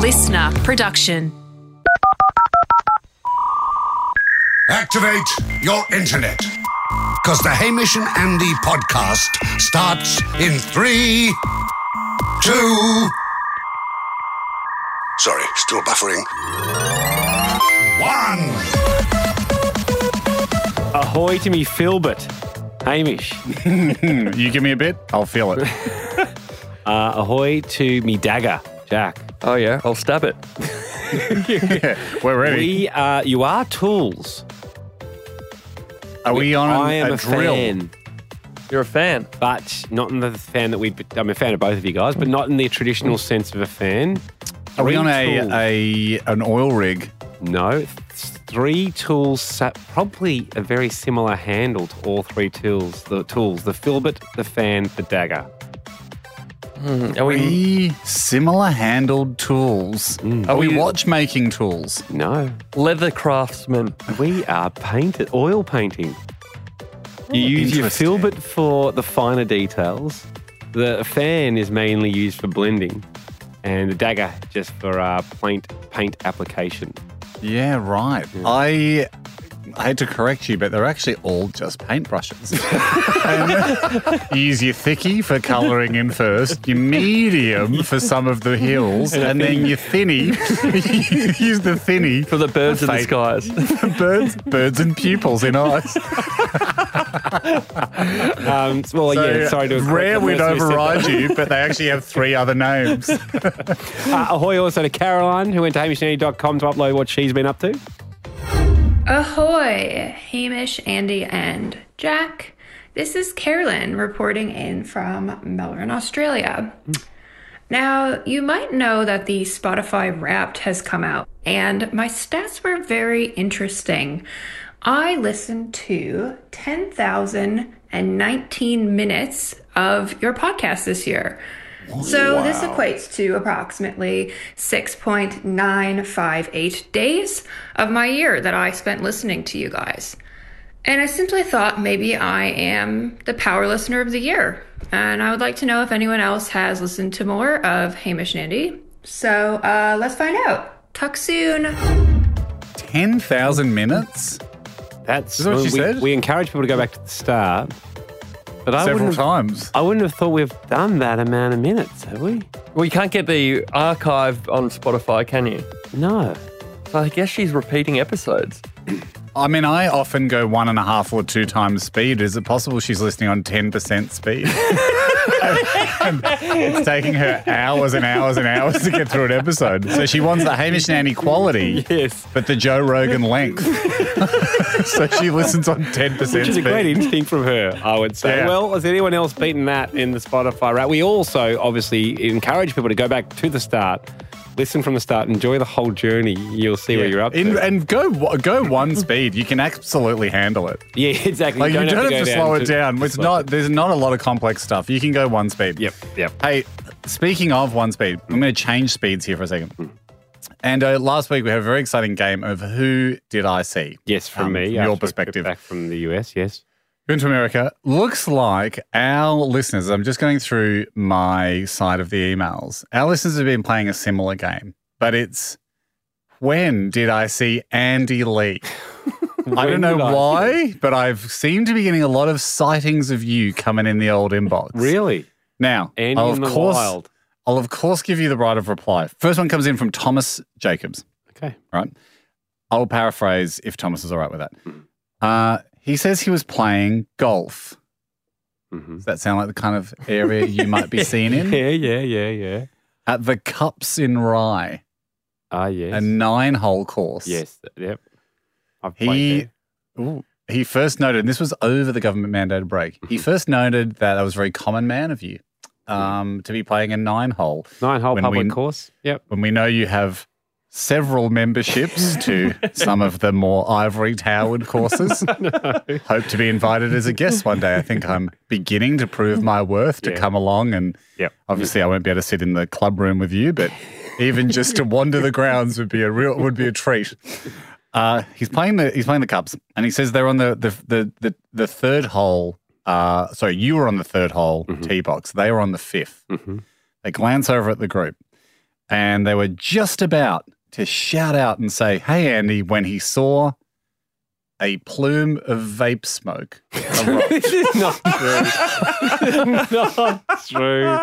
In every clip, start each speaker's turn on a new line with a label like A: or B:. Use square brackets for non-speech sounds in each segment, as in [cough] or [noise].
A: listener production.
B: Activate your internet. Because the Hamish and Andy podcast starts in three, two. Sorry, still buffering. One.
C: Ahoy to me, Filbert. Hamish.
D: [laughs] You give me a bit, I'll feel it.
C: [laughs] Uh, ahoy to me, Dagger. Jack.
E: Oh yeah, I'll stab
D: [laughs]
E: it.
D: We're ready.
C: We are, you are tools.
D: Are we on
C: I am
D: a,
C: a,
D: drill?
C: fan,
E: You're a fan.
C: but not in the fan that we. I'm a fan of both of you guys, but not in the traditional sense of a fan.
D: Are we
C: Three
D: on
C: tools.
D: a, a an oil rig?
C: No, th- three tools, sa- probably a very similar handle to all three tools. The tools, the filbert, the fan, the dagger.
E: Hmm, Are we?
D: Three similar handled tools.
E: Mm.
D: Are we watchmaking tools?
C: No,
E: Leather craftsmen.
C: we are painted oil painting. You use your
D: Hmm. Interesting.
C: filbert for the finer details. The fan is mainly used for blending, and the dagger just for uh, paint paint application.
D: Yeah, right. I I had to correct you, but they're actually all just paintbrushes. And you use your thicky for colouring in first, your medium for some of the hills, and then your thinny. [laughs] you use the thinny
E: For the birds in the
D: Fate. [laughs]
E: skies.
D: birds, birds and pupils in eyes.
C: Um, well, yeah, sorry to
D: rare
C: correct
D: would
C: that.
D: override you, but they actually have three other names.
C: [laughs] Uh, ahoy also to Caroline, who went to hamishandy.com to upload what she's been up to.
F: Ahoy, Hamish, Andy, and Jack. This is Carolyn reporting in from Melbourne, Australia. Now, you might know that the Spotify Wrapped has come out, and my stats were very interesting. I listened to 10,019 minutes of your podcast this year. So this equates to approximately 6.958 days of my year that I spent listening to you guys. And I simply thought maybe I am the power listener of the year. And I would like to know if anyone else has listened to more of Hamish and Andy. So uh, let's find out. Talk soon.
D: 10,000 minutes?
C: That's
D: Is that what
C: well,
D: she
C: we,
D: said?
C: we encourage people to go back to the start, but I
D: Several
C: wouldn't, have,
D: times.
C: I wouldn't have thought we've done that amount of minutes, have we?
E: Well, you can't get the archive on Spotify, can you?
C: No.
E: So I guess she's repeating episodes.
D: I mean, I often go one and a half or two times speed. Is it possible she's listening on 10% speed? [laughs] it's taking her hours and hours and hours to get through an episode. So she wants the Hamish and Andy quality,
C: Yes.
D: but the Joe Rogan length. [laughs] so she listens on 10%
C: Which is a
D: speed.
C: great instinct from her, I would say.
D: Yeah.
C: Well, has anyone else beaten that in the Spotify route? We also obviously encourage people to go back to the start, listen from the start, enjoy the whole journey. You'll see where you're up
D: In-
C: to.
D: and go go one speed. You can absolutely handle it.
C: yeah, [laughs] exactly.
D: Like you don't,
C: go
D: have, to, slow it
C: to-
D: down.
C: to
D: It's
C: slow
D: not there's not a lot of complex stuff. You can go one speed.
C: Yep, yep.
D: Hey, speaking of one speed, I'm going to change speeds here for a
C: Hmm.
D: second. And uh, last week we had a very exciting game of who did I see?
C: Yes, from
D: Um,
C: me.
D: from
C: after
D: your
C: a trip
D: perspective.
C: Back from the US, yes.
D: Going to America. Looks like our listeners. I'm just going through my side of the emails. Our listeners have been playing a similar game, but it's when did I see Andy
C: [laughs]
D: Lee? I don't
C: When
D: know
C: did I-
D: why, but I've seemed to be getting a lot of sightings of you coming in the old inbox.
C: Really?
D: Now,
C: Andy
D: I'll of
C: in the
D: course,
C: wild.
D: I'll of course give you the right of reply. First one comes in from Thomas Jacobs.
C: Okay.
D: Right. I'll paraphrase if Thomas is all right with that.
C: Mm-hmm.
D: Uh, he says he was playing golf.
C: Mhm.
D: Does that sound like the kind of area you might be seen
C: [laughs]
D: in?
C: Yeah, yeah, yeah, yeah.
D: At the Cups in Rye,
C: Ah, yes.
D: a nine hole course.
C: yes, yep. I've played
D: He,
C: there.
D: ooh, he first noted, and this was over the government mandated break,
C: [laughs]
D: he first noted that I was a very common man of you um, to be playing a nine hole.
C: Nine hole
D: when
C: public
D: we-
C: course. Yep.
D: when we know you have several memberships to some of the more ivory
C: [laughs]
D: towered courses. Hope to be invited as a guest one day. I think I'm beginning to prove my worth to
C: Yeah.
D: come along and
C: Yep.
D: obviously I won't be able to sit in the club room with you, but even just to wander the grounds would be a real would be a treat. Uh, he's playing the he's playing the Cubs and he says they're on the the the the, the third hole uh, sorry, you
C: Mm-hmm.
D: were on the third hole tee box. They were on the 5th They glance over at the group and they were just about to shout out and say, Hey, Andy, when he saw a plume of vape smoke.
C: this is not true. [laughs] not true.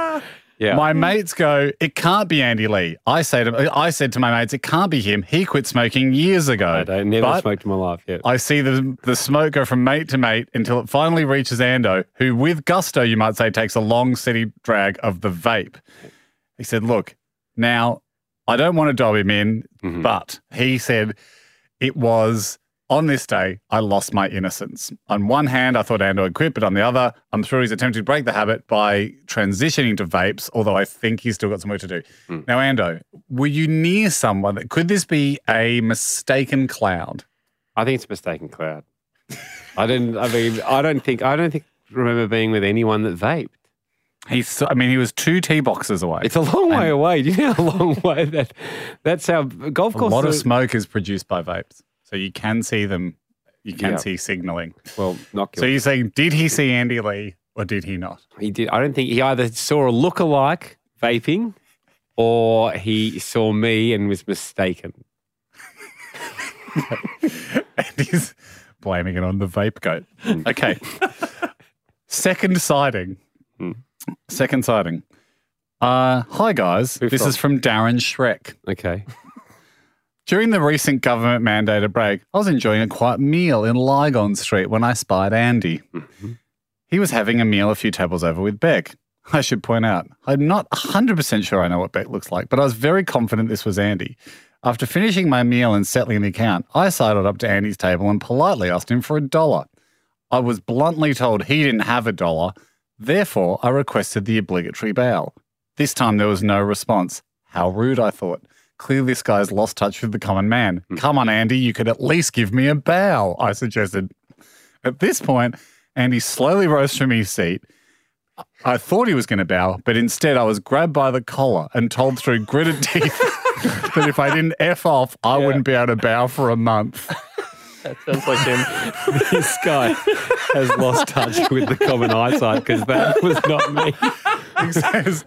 C: Yeah.
D: My mates go, It can't be Andy Lee. I, say to, I said to my mates, It can't be him. He quit smoking years ago.
C: I don't, never
D: But
C: smoked in my life yet.
D: I see the, the smoke go from mate to mate until it finally reaches Ando, who, with gusto, you might say, takes a long, steady drag of the vape. He said, Look, now I don't want to dob him in,
C: Mm-hmm.
D: but he said, It was on this day I lost my innocence. On one hand, I thought Ando had quit, but on the other, I'm sure he's attempted to break the habit by transitioning to vapes, although I think he's still got some work to do.
C: Mm.
D: Now, Ando, were you near someone that could this be a mistaken cloud?
C: I think it's a mistaken cloud. I didn't. I mean, I don't think. I don't think. Remember being with anyone that vaped.
D: He's, so- I mean, he was two tee boxes away.
C: It's a long way away. Do you know how long [laughs] way that? That's how golf
D: a
C: courses.
D: lot of
C: are-
D: smoke is produced by vapes, so you can see them. You can
C: Yeah.
D: see signaling.
C: well, not
D: So
C: guilty.
D: you're saying, did he see Andy Lee or did he not? [laughs]
C: he did. I don't think he either saw a look-alike vaping, or he saw me and was mistaken.
D: And he's blaming it on the vape goat.
C: Mm.
D: Okay. Second sighting.
C: Mm.
D: Second sighting. Uh, hi guys.
C: Who
D: this
C: from?
D: is from Darren Shrek.
C: Okay.
D: During the recent government mandated break, I was enjoying a quiet meal in Lygon Street when I spied Andy.
C: Mm-hmm.
D: He was having a meal a few tables over with Beck. I should point out, I'm not 100% sure I know what Beck looks like, but I was very confident this was Andy. After finishing my meal and settling the account, I sidled up to Andy's table and politely asked him for a dollar. I was bluntly told he didn't have a dollar, therefore, I requested the obligatory bail. This time there was no response. How rude, I thought. Clearly, this guy's lost touch with the common man. Come on, Andy, you could at least give me a bow, I suggested. At this point, Andy slowly rose from his seat. I thought he was going to bow, but instead I was grabbed by the collar and told through gritted teeth [laughs] that if I didn't F off, I wouldn't be able to bow for a month.
E: That sounds like him.
C: [laughs] this guy has lost touch with the common eyesight because that was not me.
D: He says,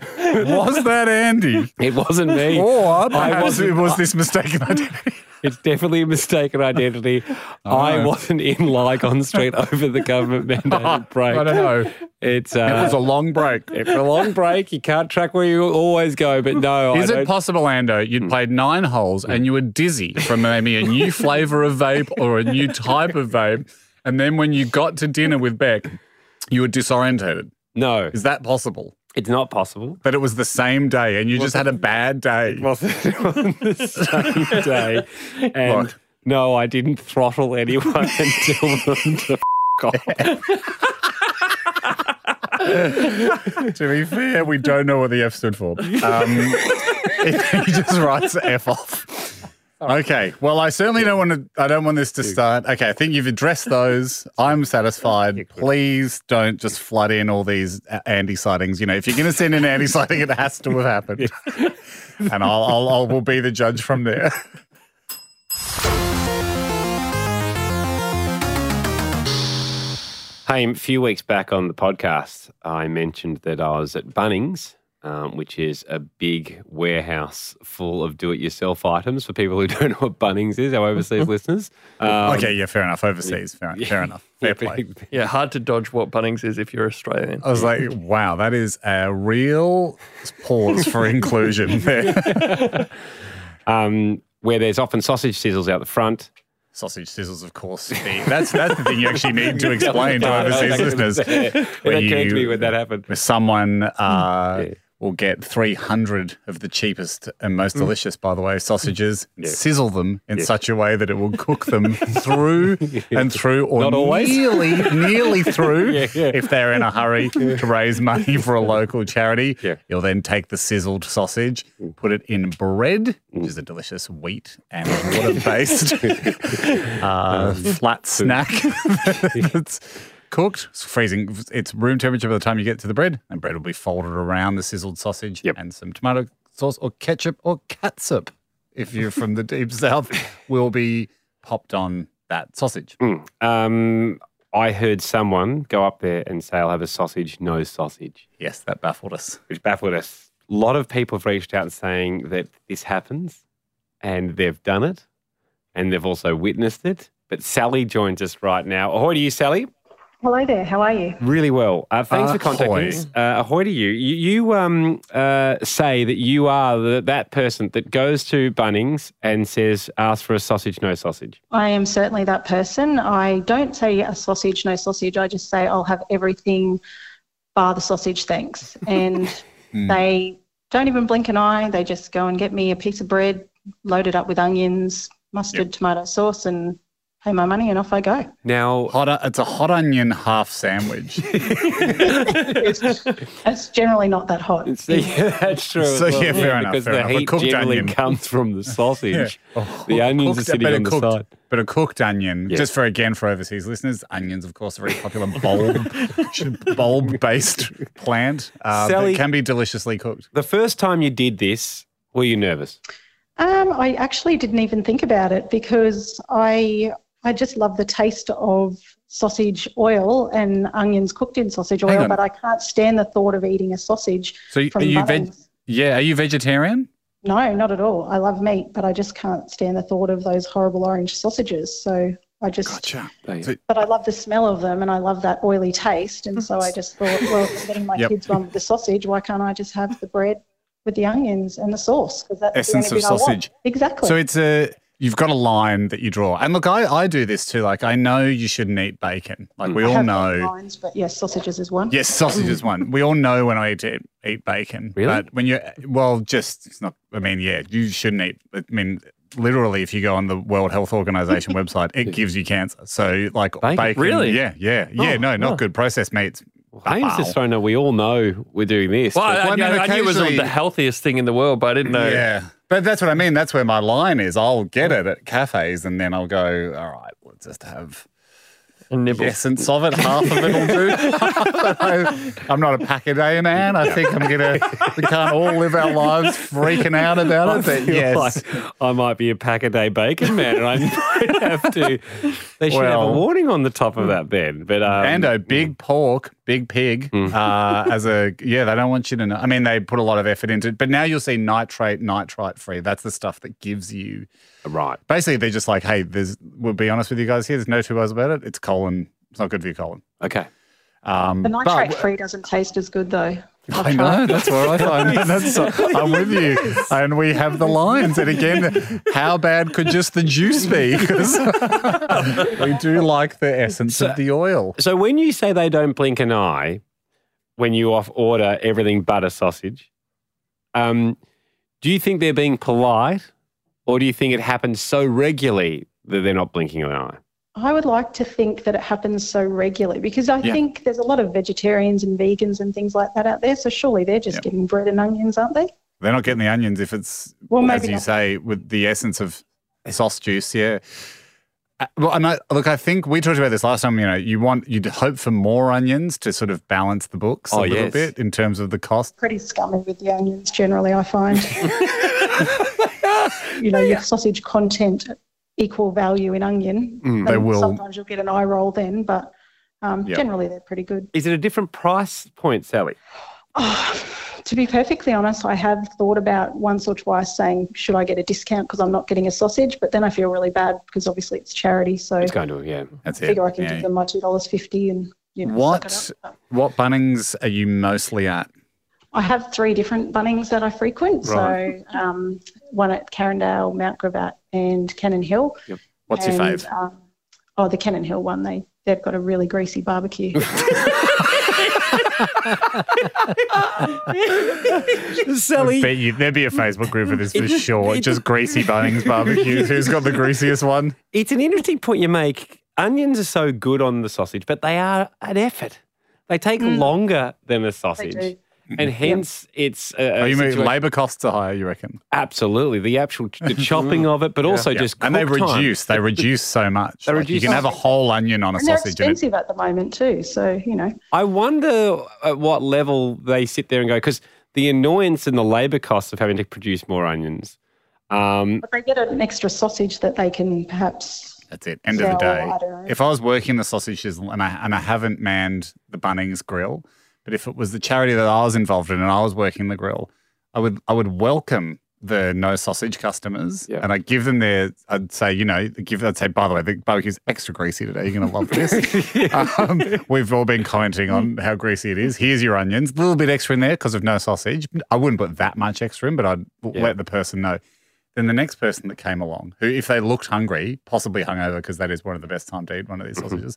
D: Was that Andy?
C: [laughs] It wasn't me.
D: Or
C: I
D: perhaps it
C: wasn't.
D: was this mistaken identity?
C: It's definitely a mistaken
D: [laughs]
C: identity. I
D: know.
C: wasn't in Lygon
D: [laughs]
C: Street over the government mandated break.
D: I don't know.
C: It's
D: It was a
C: uh,
D: long break.
C: [laughs] it's a long break. You can't track where you always go. But no,
D: Is
C: I
D: it
C: don't. Hmm.
D: possible, Ando, you'd played nine holes and you were dizzy from maybe a new flavour of vape or a new type of vape, and then when you got to dinner with Beck, you were disorientated?
C: no,
D: Is that possible?
C: it's not possible.
D: That it was the same day and you just had a bad day?
C: Well, [laughs] on the
D: [laughs]
C: same day, and
D: Look.
C: no, I didn't throttle anyone [laughs] and tell them to [laughs] f- off.
D: [laughs] to be fair, we don't know what the F stood for. Um, [laughs] he [laughs] just writes F off. Okay. Well, I certainly don't want to. I don't want this to start. Okay. I think you've addressed those. I'm satisfied. Please don't just flood in all these a- Andy sightings. You know, if you're going to send an Andy [laughs] sighting, it has to have happened. And I'll, I'll, I'll will be the judge from there.
C: Hey, a few weeks back on the podcast, I mentioned that I was at Bunnings, um, which is a big warehouse full of do it yourself items for people who [laughs] don't know what Bunnings is, our
D: [laughs]
C: overseas listeners. Um,
D: okay. Yeah. Fair enough. Overseas. Fair,
C: [laughs]
D: fair enough. Fair play.
C: big-
E: [laughs] Yeah, hard to dodge what Bunnings is if you're Australian.
D: I was like, wow, that is a real pause for inclusion there.
C: [laughs] um, where there's often sausage sizzles out the front.
D: Sausage sizzles, of course. Steve. That's that's the thing you actually
C: [laughs]
D: need to explain to overseas listeners.
C: When that came to me when that happened.
D: where someone uh,
C: Yeah. Hmm.
D: will get 300 of the cheapest and most delicious, by the way, sausages, and sizzle them in such a way that it will
C: [laughs]
D: cook them through [laughs] and through, or
C: Not always.
D: nearly, nearly
C: [laughs]
D: through,
C: Yeah, yeah.
D: if they're in
C: [laughs]
D: a hurry to raise money for a local charity.
C: Yeah. Mm.
D: You'll then take the sizzled sausage, put it in bread, which is a delicious wheat and
C: [laughs]
D: water-based uh,
C: [laughs]
D: flat snack that's cooked, it's freezing. It's room temperature by the time you get to the bread, and bread will be folded around the sizzled sausage
C: Yep.
D: and some tomato sauce or ketchup or catsup, if you're from the deep [laughs] south, will be popped on that sausage.
C: Um, I heard someone go up there and say, I'll have a sausage, no sausage,
D: Yes, that baffled us.
C: which baffled us A lot of people have reached out saying that this happens and they've done it and they've also witnessed it. But Sally joins us right now. Ahoy to you, Sally.
A: Hello there. How are you?
C: Really well. Uh, thanks for
D: Ahoy.
C: contacting us. Uh, ahoy to you. You, you um, uh, say that you are the, that person that goes to Bunnings and says, ask for a sausage, no sausage.
A: I am certainly that person. I don't say a sausage, no sausage. I just say I'll have everything bar the sausage, [laughs] thanks. And
D: Hmm.
A: they don't even blink an eye. They just go and get me a piece of bread loaded up with onions, mustard, tomato sauce, and pay my money, and off I go.
D: [laughs]
C: Now,
D: Hot, o- it's a hot onion
C: [laughs]
D: half sandwich.
A: It's generally not that hot.
C: So, yeah, [laughs] that's true. as
D: So,
C: well,
D: yeah, fair enough,
C: Because
D: fair
C: the
D: enough. A
C: heat
D: cooked
C: generally
D: onion.
C: comes from
D: [laughs]
C: the sausage.
D: Oh,
C: The onions are
D: cooked-
C: sitting
D: but a
C: on the
D: cooked,
C: side.
D: But a cooked onion,
C: Yes.
D: just for again for overseas listeners, onions, of course, a very popular [laughs] bulb bulb based plant uh,
C: Sally-
D: that can be deliciously cooked.
C: The first time you did this, were you nervous?
A: Um, I actually didn't even think about it because I I just love the taste of sausage oil and onions cooked in sausage
D: Hang
A: oil,
D: on.
A: but I can't stand the thought of eating a sausage.
D: So y-
A: From
D: are you veg-
A: Bunnings.
D: yeah, are you vegetarian?
A: No, not at all. I love meat, but I just can't stand the thought of those horrible orange sausages. So I just,
C: Oh,
A: but I love the smell of them and I love that oily taste. And so I just thought, well, if I'm getting my
D: [laughs] Yep.
A: kids one with the sausage, why can't I just have the bread with the onions and the sauce? Because that's
D: Essence
A: the only
D: of
A: bit I want.
D: sausage.
A: Exactly.
D: So it's a you've got a line that you draw. And look, I, I do this too. Like I know you shouldn't eat bacon. Like
C: Mm.
D: we
A: I
D: all
A: have
D: know.
A: other Lines, but yes, sausages is one.
D: Yes, sausage [laughs] is one. We all know when I eat to eat bacon.
C: Really?
D: But when you well, just it's not. I mean, yeah, you shouldn't eat. I mean, literally, if you go on the World
C: [laughs]
D: Health Organization website, it gives you cancer. So like
C: Bacon?
D: bacon,
E: Really?
D: Yeah, yeah, yeah.
E: Oh,
D: no, not
E: oh.
D: good. Processed meats.
C: Haynes just thrown out, we all know we're doing this.
E: Well, I,
C: but-
E: I,
D: Well, I mean,
E: I knew it was not
D: occasionally-
E: the healthiest thing in the world, but I didn't know.
D: Yeah. But that's what I mean. That's where my line is. I'll get it at cafes, and then I'll go. All right, let's just have
E: A nibble.
D: the essence of it. Half of it'll do.
C: [laughs]
D: I, am not a pack a day man. I think I'm gonna. We can't all live our lives freaking out
C: [laughs]
D: about
C: I
D: it. But
C: feel
D: yes,
C: like I might be a pack a day bacon man, and I [laughs] might have to. They should have a
D: Well-
C: warning on the top of that then. But um, Mm.
D: and a big pork, big pig. Uh, as a yeah, they don't want you to know. I mean, they put a lot of effort into it, but now you'll see nitrate, nitrite free. That's the stuff that gives you.
C: right,
D: Basically, they're just like, hey, there's. We'll be honest with you guys here. There's no two ways about it. It's colon. It's not good for your colon.
C: okay.
D: Um,
A: The
D: but-
A: nitrate free doesn't taste as good though. I've
D: I
A: tried.
D: know. That's where I
A: [laughs]
D: [laughs] find that's, I'm with you. And we have the lines. And again, how bad could just the
A: [laughs]
D: juice be? 'Cause we do like the essence of the oil.
C: So when you say they don't blink an eye when you off order everything but a sausage, um, do you think they're being polite, or do you think it happens so regularly that they're not blinking an eye?
A: I would like to think that it happens so regularly because I
D: Yeah.
A: think there's a lot of vegetarians and vegans and things like that out there. So surely they're just
D: Yeah.
A: getting bread and onions, aren't they?
D: They're not getting the onions if it's,
A: Well,
D: as
A: maybe
D: you
A: not.
D: say, with the essence of sauce juice. Yeah. Uh, Well, and I, look, I think we talked about this last time. You know, you want you'd hope for more onions to sort of balance the books a
C: Oh,
D: little
C: yes.
D: bit in terms of the cost.
A: Pretty scummy with the onions generally, I find.
D: [laughs]
A: you know, your sausage content equal value in onion.
D: Mm, They
A: And
D: will-
A: Sometimes you'll get an eye roll then, but um,
D: Yeah.
A: generally they're pretty good.
C: Is it a different price point, Sally?
A: Oh, to be perfectly honest, I have thought about once or twice saying, should I get a discount because I'm not getting a sausage? But then I feel really bad because obviously it's charity. So
C: It's going to, yeah.
D: That's
A: I
D: it.
A: figure I can
D: Yeah.
A: give them my $2.50 and, you know, suck
D: What?
A: it up.
D: What Bunnings are you mostly at?
A: But I have three different Bunnings that I frequent.
D: Right.
A: So um, one at Carindale, Mount Gravatt, and Cannon Hill.
D: What's your
A: And,
D: fave?
A: Um, oh, the Cannon Hill one. They, they've got a really greasy
D: [laughs]
A: barbecue.
C: Sally,
D: Bet you there'd be a Facebook group for this for sure. Just greasy
C: [laughs]
D: Bunnings barbecues. Who's got the greasiest one?
C: it's an interesting point you make. Onions are so good on the sausage, but they are an effort. They take longer than a sausage.
A: Mm. do.
C: And hence, it's a, a
D: Oh, you mean
C: situation-
D: labour costs are higher? You reckon?
C: absolutely the actual the chopping
D: Mm.
C: of it, but also just
D: and they
C: cook time.
D: reduce. They reduce so much.
C: They
D: Like,
C: reduce-
D: You can have a whole onion on a
A: and they're
D: sausage. And it,
A: expensive at the moment too. So, you know.
C: I wonder at what level they sit there and go because the annoyance and the labour costs of having to produce more onions. Um,
A: But they get an extra sausage that they can perhaps.
D: that's it. End
A: Yeah,
D: of the
A: well,
D: day.
A: I don't know.
D: if I was working the sausages and I and I haven't manned the Bunnings grill, but if it was the charity that I was involved in and I was working the grill, I would I would welcome the no sausage customers,
C: Yeah.
D: and I give them their. I'd say, you know, give. I'd say, by the way, the barbecue's extra greasy today. You're gonna love this. um, we've all been commenting on how greasy it is. Here's your onions, a little bit extra in there because of no sausage. I wouldn't put that much extra in, but I'd w-
C: Yeah.
D: let the person know. Then the next person that came along, who if they looked hungry, possibly hungover, because that is one of the best time to eat one of these
C: Mm-hmm.
D: sausages,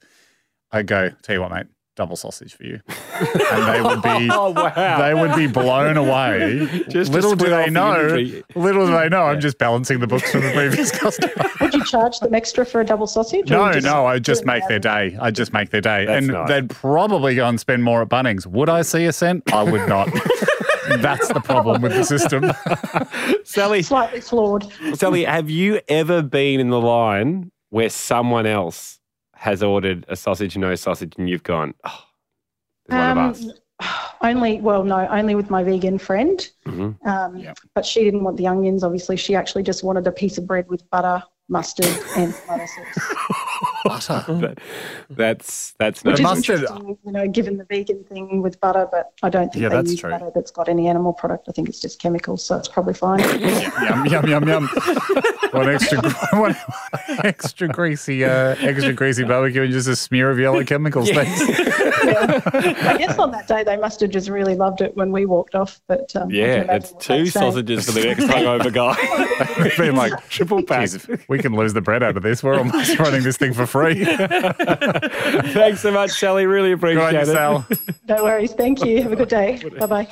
D: I go, tell you what, mate, double sausage
C: [laughs]
D: for you, and they would be
C: Oh wow!
D: they would be blown away.
C: [laughs] Just to
D: little do
C: square off
D: they
C: the
D: know.
C: inventory.
D: Little do they know. I'm just balancing the books from the
A: [laughs]
C: [laughs]
D: previous customer.
A: Would you charge them extra for a double sausage? or
D: No,
A: just-
D: no. I just make their day. I just make their day,
C: That's
D: and
C: nice.
D: they'd probably go and spend more at Bunnings. Would I see a cent? I would
C: [laughs]
D: not. That's the problem with the system.
C: Sally,
A: Slightly flawed.
C: Sally, have you ever been in the line where someone else has ordered a sausage, no sausage, and you've gone, oh, there's one of us.
A: um, [sighs] Only, well, no, only with my vegan friend.
C: Mhm.
A: Um,
D: Yep.
A: But she didn't want the onions, obviously. She actually just wanted a piece of bread with butter, mustard, and tomato sauce.
C: [laughs] That- that's that's no
A: Which is
D: mustard-
A: interesting, you know, given the vegan thing with butter, but I don't think
D: Yeah,
A: they
D: that's
A: use
D: true.
A: butter that's got any animal product. I think it's just chemicals, so it's probably fine.
D: yum yum yum yum. One extra, [laughs] one extra greasy, uh, extra greasy barbecue, and just a smear of yellow chemicals. Thanks.
A: [laughs] I guess on that day they must have just really loved it when we walked off. But um, I
C: Yeah,
A: can imagine
C: that's
A: what
C: two
A: they'd say.
C: sausages for the next hungover
D: [laughs]
C: guy.
D: Been like triple
C: pack.
D: We can lose the bread out of this. We're almost running this thing for
C: [laughs]
D: free.
C: Thanks so much, Sally. Really
D: Good on
C: appreciate
D: you,
C: it. [laughs]
D: Sal.
A: [laughs] No worries. Thank you. Have a good day. bye bye.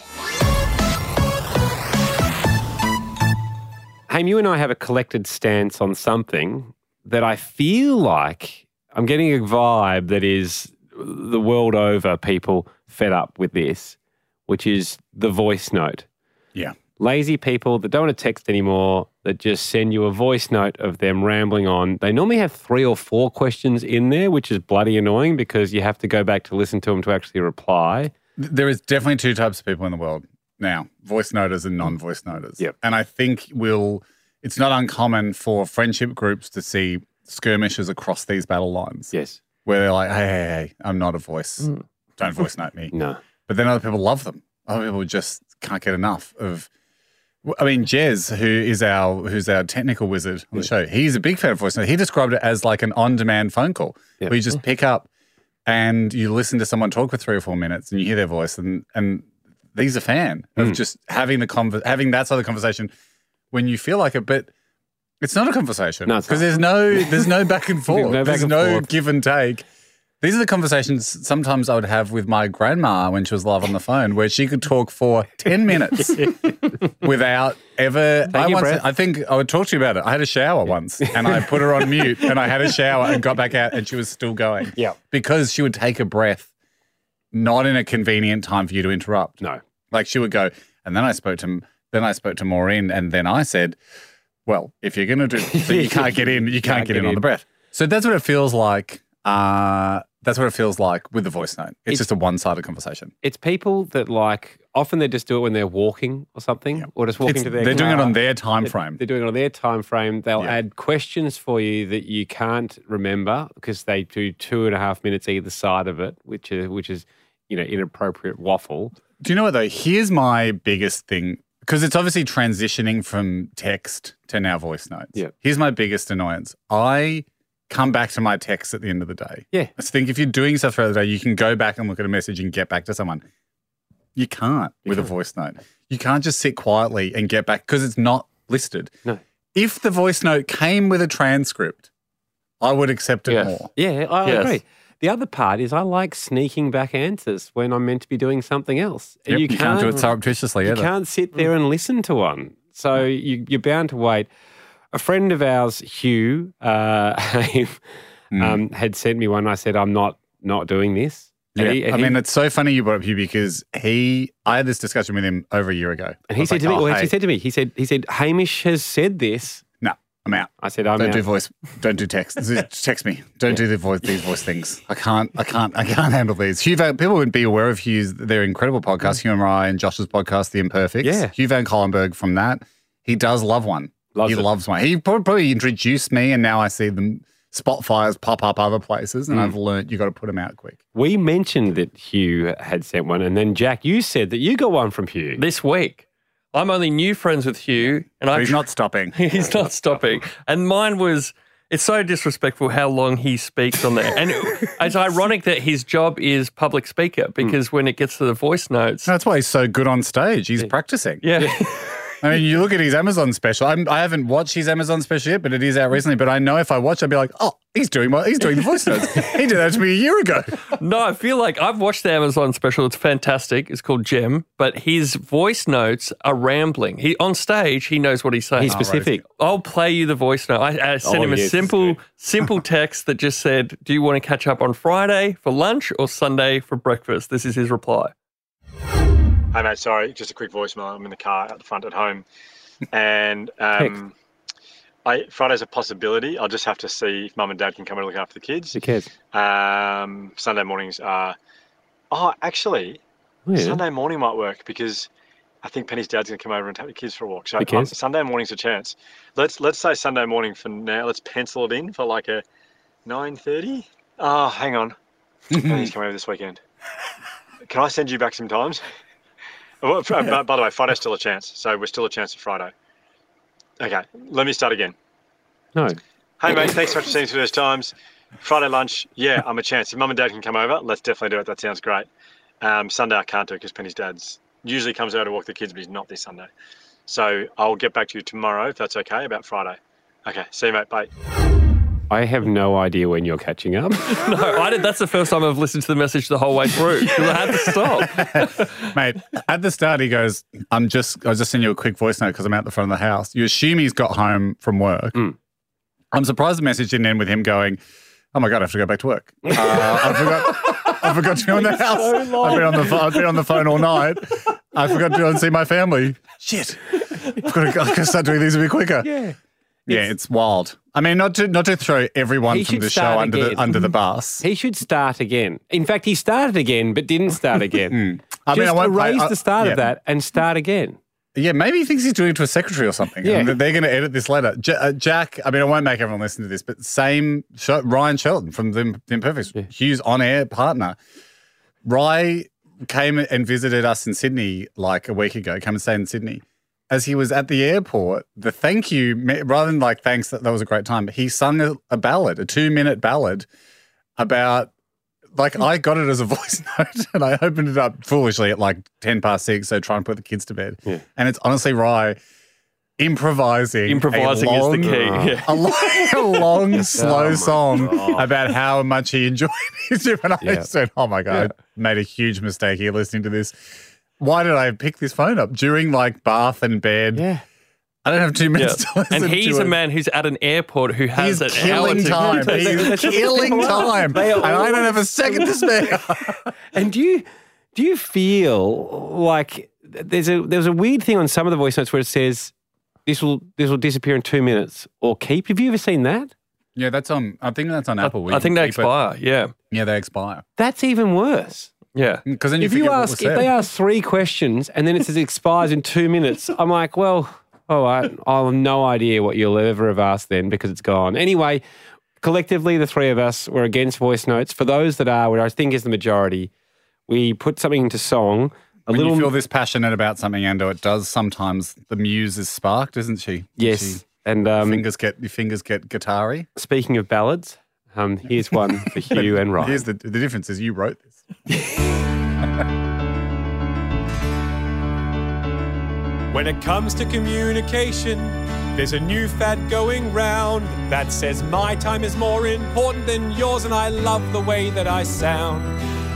C: Haim, you and I have a collected stance on something that I feel like I'm getting a vibe that is the world over people fed up with this, which is the voice note.
D: Yeah.
C: Lazy people that don't want to text anymore, that just send you a voice note of them rambling on. They normally have three or four questions in there, which is bloody annoying because you have to go back to listen to them to actually reply.
D: There is definitely two types of people in the world now voice noters and non voice noters.
C: Yep.
D: And I think we'll, it's not uncommon for friendship groups to see skirmishes across these battle lines
C: Yes.
D: where they're like, hey, hey, hey, I'm not a voice.
E: Mm.
D: Don't voice note me.
C: No.
D: But then other people love them. Other people just can't get enough of. I mean, Jez, who is our who's our technical wizard on the show, he's a big fan of voice note. He described it as like an on-demand phone call.
C: Yeah. Mm.
D: Where you just pick up and you listen to someone talk for three or four minutes, and you hear their voice, and and he's a fan of
C: Mm.
D: just having the conver- having that sort of conversation when you feel like it, but. It's not a conversation
C: No, it's
D: because
C: not.
D: there's no
C: [laughs]
D: there's no back and
C: no
D: forth.
C: back
D: there's
C: and
D: no
C: forth.
D: give and take. These are the conversations sometimes I would have with my grandma when she was live on the phone, where she could talk for
C: [laughs]
D: 10 minutes without ever. I,
C: your
D: once-
C: breath.
D: I think I would talk to you about it. I had a shower once and I put her on mute and I had a shower and [laughs] got back out and she was still going.
C: Yeah.
D: Because she would take a breath, not in a convenient time for you to interrupt.
C: No.
D: Like she would go, and then I spoke to then I spoke to Maureen, and then I said, "Well, if you're going to do, so you can't get in. [laughs] You can't, get, in, on the breath." So that's what it feels like. Uh, that's what it feels like with the voice note. It's,
C: It's-
D: just a one-sided conversation.
C: It's people that like often they just do it when they're walking or something, or just walking
D: It's-
C: to their.
D: they're doing it
C: car.
D: on their time
C: They're-
D: frame.
C: They're doing it on their time frame. They'll
D: Yeah.
C: add questions for you that you can't remember because they do two and a half minutes either side of it, which is which is you know inappropriate waffle.
D: Do you know what though? Here's my biggest thing because it's obviously transitioning from text to now voice notes.
C: Yeah.
D: Here's my biggest annoyance. I come back to my text at the end of the day.
C: Yeah.
D: I think if you're doing stuff throughout the day, you can go back and look at a message and get back to someone. You can't with a voice note. You can't just sit quietly and get back because it's not listed.
C: No.
D: If the voice note came with a transcript, I would accept it
E: Yes.
D: more.
C: Yeah, I
E: Yes.
C: agree. The other part is I like sneaking back answers when I'm meant to be doing something else, and
D: Yep,
C: you, can't,
D: do it surreptitiously
C: You
D: either.
C: can't sit there and listen to one. So you, you're bound to wait. A friend of ours, Hugh, uh, [laughs] um,
E: Hmm.
C: had sent me one. I said, I'm not not doing this. And
D: Yeah.
C: he- and
D: I
C: he-
D: mean, it's so funny you brought up Hugh because he, I had this discussion with him over a year ago.
C: and he said to me,
E: "Oh,
D: "Oh,
C: well, he said to me, he said, he said, Hamish has said this.
D: no, I'm out.
C: I said, I'm
D: don't
C: out.
D: do voice. Don't do
C: [laughs]
D: text. Just text me. Don't do the voice. These voice things. I can't. I can't. I can't handle these. Hugh Van, people would be aware of Hugh's their incredible podcast, Hugh and Ryan, Josh's podcast, The Imperfects.
C: Mm. Yeah.
D: Hugh Van Collenberg from that. He does love one.
C: Loves
D: he
C: it.
D: loves one. He prob- probably introduced me, and now I see them spot fires pop up other places,
C: Mm.
D: and I've learned you got to put them out quick.
C: we mentioned that Hugh had sent one, and then Jack, you said that you got one from Hugh.
E: This week, I'm only new friends with Hugh, and I
D: He's not
E: [laughs]
D: stopping.
E: He's not stopping. And mine was. It's so disrespectful how long he speaks on
D: [laughs]
E: there. And it's ironic that his job is public speaker because
D: Hmm.
E: when it gets to the voice notes,
D: That's why he's so good on stage. He's practicing.
E: yeah,
D: I mean, you look at his Amazon special. I'm, I haven't watched his Amazon special yet, but it is out recently. But I know if I watch, I'd be like, oh, he's doing my, he's doing the voice notes. he did that to me a year ago.
E: No, I feel like I've watched the Amazon special. It's fantastic. It's called Gem, but his voice notes are rambling. He on stage, he knows what he's saying.
C: He's specific.
E: Oh, I'll play you the voice note. I, I sent
C: Oh,
E: him a
C: yes,
E: simple,
C: it's good. [laughs]
E: simple text that just said, "Do you want to catch up on Friday for lunch or Sunday for breakfast?" This is his reply.
G: Hey mate, sorry, just a quick voicemail. I'm in the car out the front at home, [laughs] and um, I, Friday's a possibility. I'll just have to see if mum and dad can come and look after the kids.
C: Who cares?
G: Um, Sunday mornings are. Oh, actually,
C: Weird.
G: Sunday morning might work because I think Penny's dad's gonna come over and take the kids for a walk. So
C: Who
G: um,
C: cares?
G: Sunday morning's a chance. Let's let's say Sunday morning for now. Let's pencil it in for like a nine thirty. Oh, hang on, Penny's coming over this weekend. Can I send you back some times? [laughs] Well, fr- by, by the way, Friday's still a chance, so we're still a chance for Friday. Okay, let me start again.
C: No.
G: Hey mate, thanks so much for seeing us for those times. Friday lunch, yeah, I'm a chance. If mum and dad can come over, let's definitely do it. That sounds great. Um, Sunday I can't do because Penny's dad's usually comes over to walk the kids, but he's not this Sunday. So I'll get back to you tomorrow if that's okay about Friday. Okay, see you mate. Bye.
C: I have no idea when you're
E: [laughs]
C: catching up.
E: No, I did. That's the first time I've listened to the message the whole way
C: [laughs]
E: through. 'cause I had to stop.
D: Mate, at the start, he goes, I'm just, I was just sending you a quick voice note because I'm out the front of the house. You assume he's got home from work.
C: Hmm.
D: I'm surprised the message didn't end with him going, Oh my God, I have to go back
C: [laughs]
D: to work. Uh, I forgot, I forgot to be on the house. I've, been on the, pho- I've been on the phone all night. I forgot to go and see my family. Shit. I've got to, I've got to start doing these a bit quicker. [laughs]
C: yeah.
D: Yeah, it's, wild. I mean, not to not to throw everyone
C: He
D: from
C: should
D: the show
C: start
D: under
C: again. Mm-hmm. Mm.
D: the under the bus.
C: He should start again. In fact, he started again, but didn't start
D: [laughs]
C: again.
D: Hmm. I mean,
C: Just
D: I won't play-
C: erase
D: I-
C: the start
D: yeah.
C: of that and start again.
D: Yeah, maybe he thinks he's doing it to a secretary or something.
C: Yeah.
D: and they're going to edit this later. J- uh, Jack, I mean, I won't make everyone listen to this, but same show, Ryan Shelton from the, Im- the Imperfects, Hugh's on-air partner. Rye came and visited us in Sydney like a week ago. Come and stay in Sydney. As he was at the airport, the thank you me- rather than like thanks that that was a great time, he sung a, a ballad, a two-minute ballad about like
C: Hmm.
D: I got it as a [laughs] voice note and I opened it up foolishly at like 10 past six. So try and put the kids to bed. And it's honestly Rye improvising. a
E: Improvising is the
D: long-
E: key.
C: Ah.
E: Yeah.
D: uh, A
C: [laughs]
D: long, [laughs] a long
C: Oh
D: slow song about how much he enjoyed [laughs] it. And I
C: Yeah.
D: said, Oh my God, I made a huge mistake here listening to this. Why did I pick this phone up during like bath and bed?
C: Yeah.
D: I don't have two
E: Yeah.
D: minutes to listen
E: And
D: to
E: he's a
D: it.
E: man who's at an airport who has
D: He's
E: an hour
D: killing
E: to
D: time.
E: [laughs]
D: He's killing time.
C: They are
D: And I don't have a
C: always- [laughs]
D: second to spare.
C: And do you do you feel like there's a there's a weird thing on some of the voice notes where it says this will this will disappear in two minutes or keep? Have you ever seen that?
D: Yeah, that's on. I think that's on Apple.
E: I think they
D: You can keep it-
E: expire. Yeah,
D: Yeah, they expire.
C: That's even worse.
E: yeah.
D: [laughs] Because then you
C: if you
D: forget what was
C: ask if
D: said.
C: they ask three questions and then it says expires in two minutes, I'm like, well, all right, I'll have no idea what you'll ever have asked then because it's gone. Anyway, collectively, the three of us were against voice notes. For those that are, what I think is the majority, we put something into song. A
D: when
C: little
D: you feel this passionate about something, Ando, it does sometimes. The muse is sparked, isn't she?
C: yes,
D: She-
C: and um,
D: fingers get your fingers get guitar-y.
C: Speaking of ballads, um, here's one
D: [laughs]
C: for Hugh and Ryan.
D: Here's the the difference is you wrote this.
H: When it comes to communication, there's a new fad going round that says my time is more important than yours, and I love the way that I sound.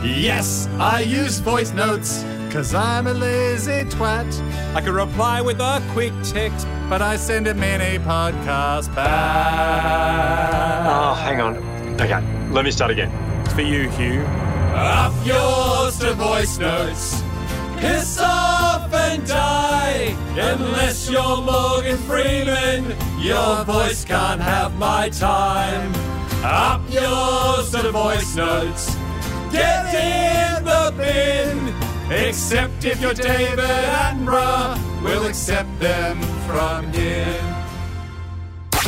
H: Yes,
D: I use voice notes because I'm a lazy twat,
H: I can reply with a quick text.
D: but I send a mini podcast back.
G: Oh, hang on. Okay, let me start again.
H: It's for you, Hugh. Up yours to voice notes. Piss off and die. Unless you're Morgan Freeman, your voice can't have my time. Up yours to voice notes. Get in the bin. Except if you're David Attenborough, we'll accept them from him.
C: Mm-hmm.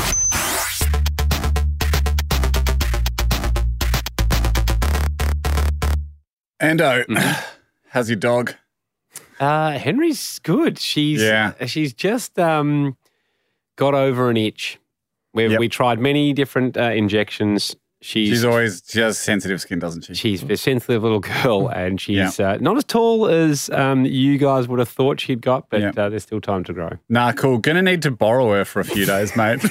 D: [clears throat] Ando, how's your dog?
C: Uh, Henry's good. She's
D: Yeah.
C: she's just um, got over an itch. We
D: Yep.
C: we tried many different uh, injections. She's
D: She's
C: she's,
D: always she has sensitive skin, doesn't she?
C: a sensitive little girl, and she's uh, not as tall as um, you guys would have thought she'd got, but
D: Yep.
C: uh, there's still time to grow.
D: Nah, cool. Gonna need to borrow her for a few days,
C: [laughs]
D: mate.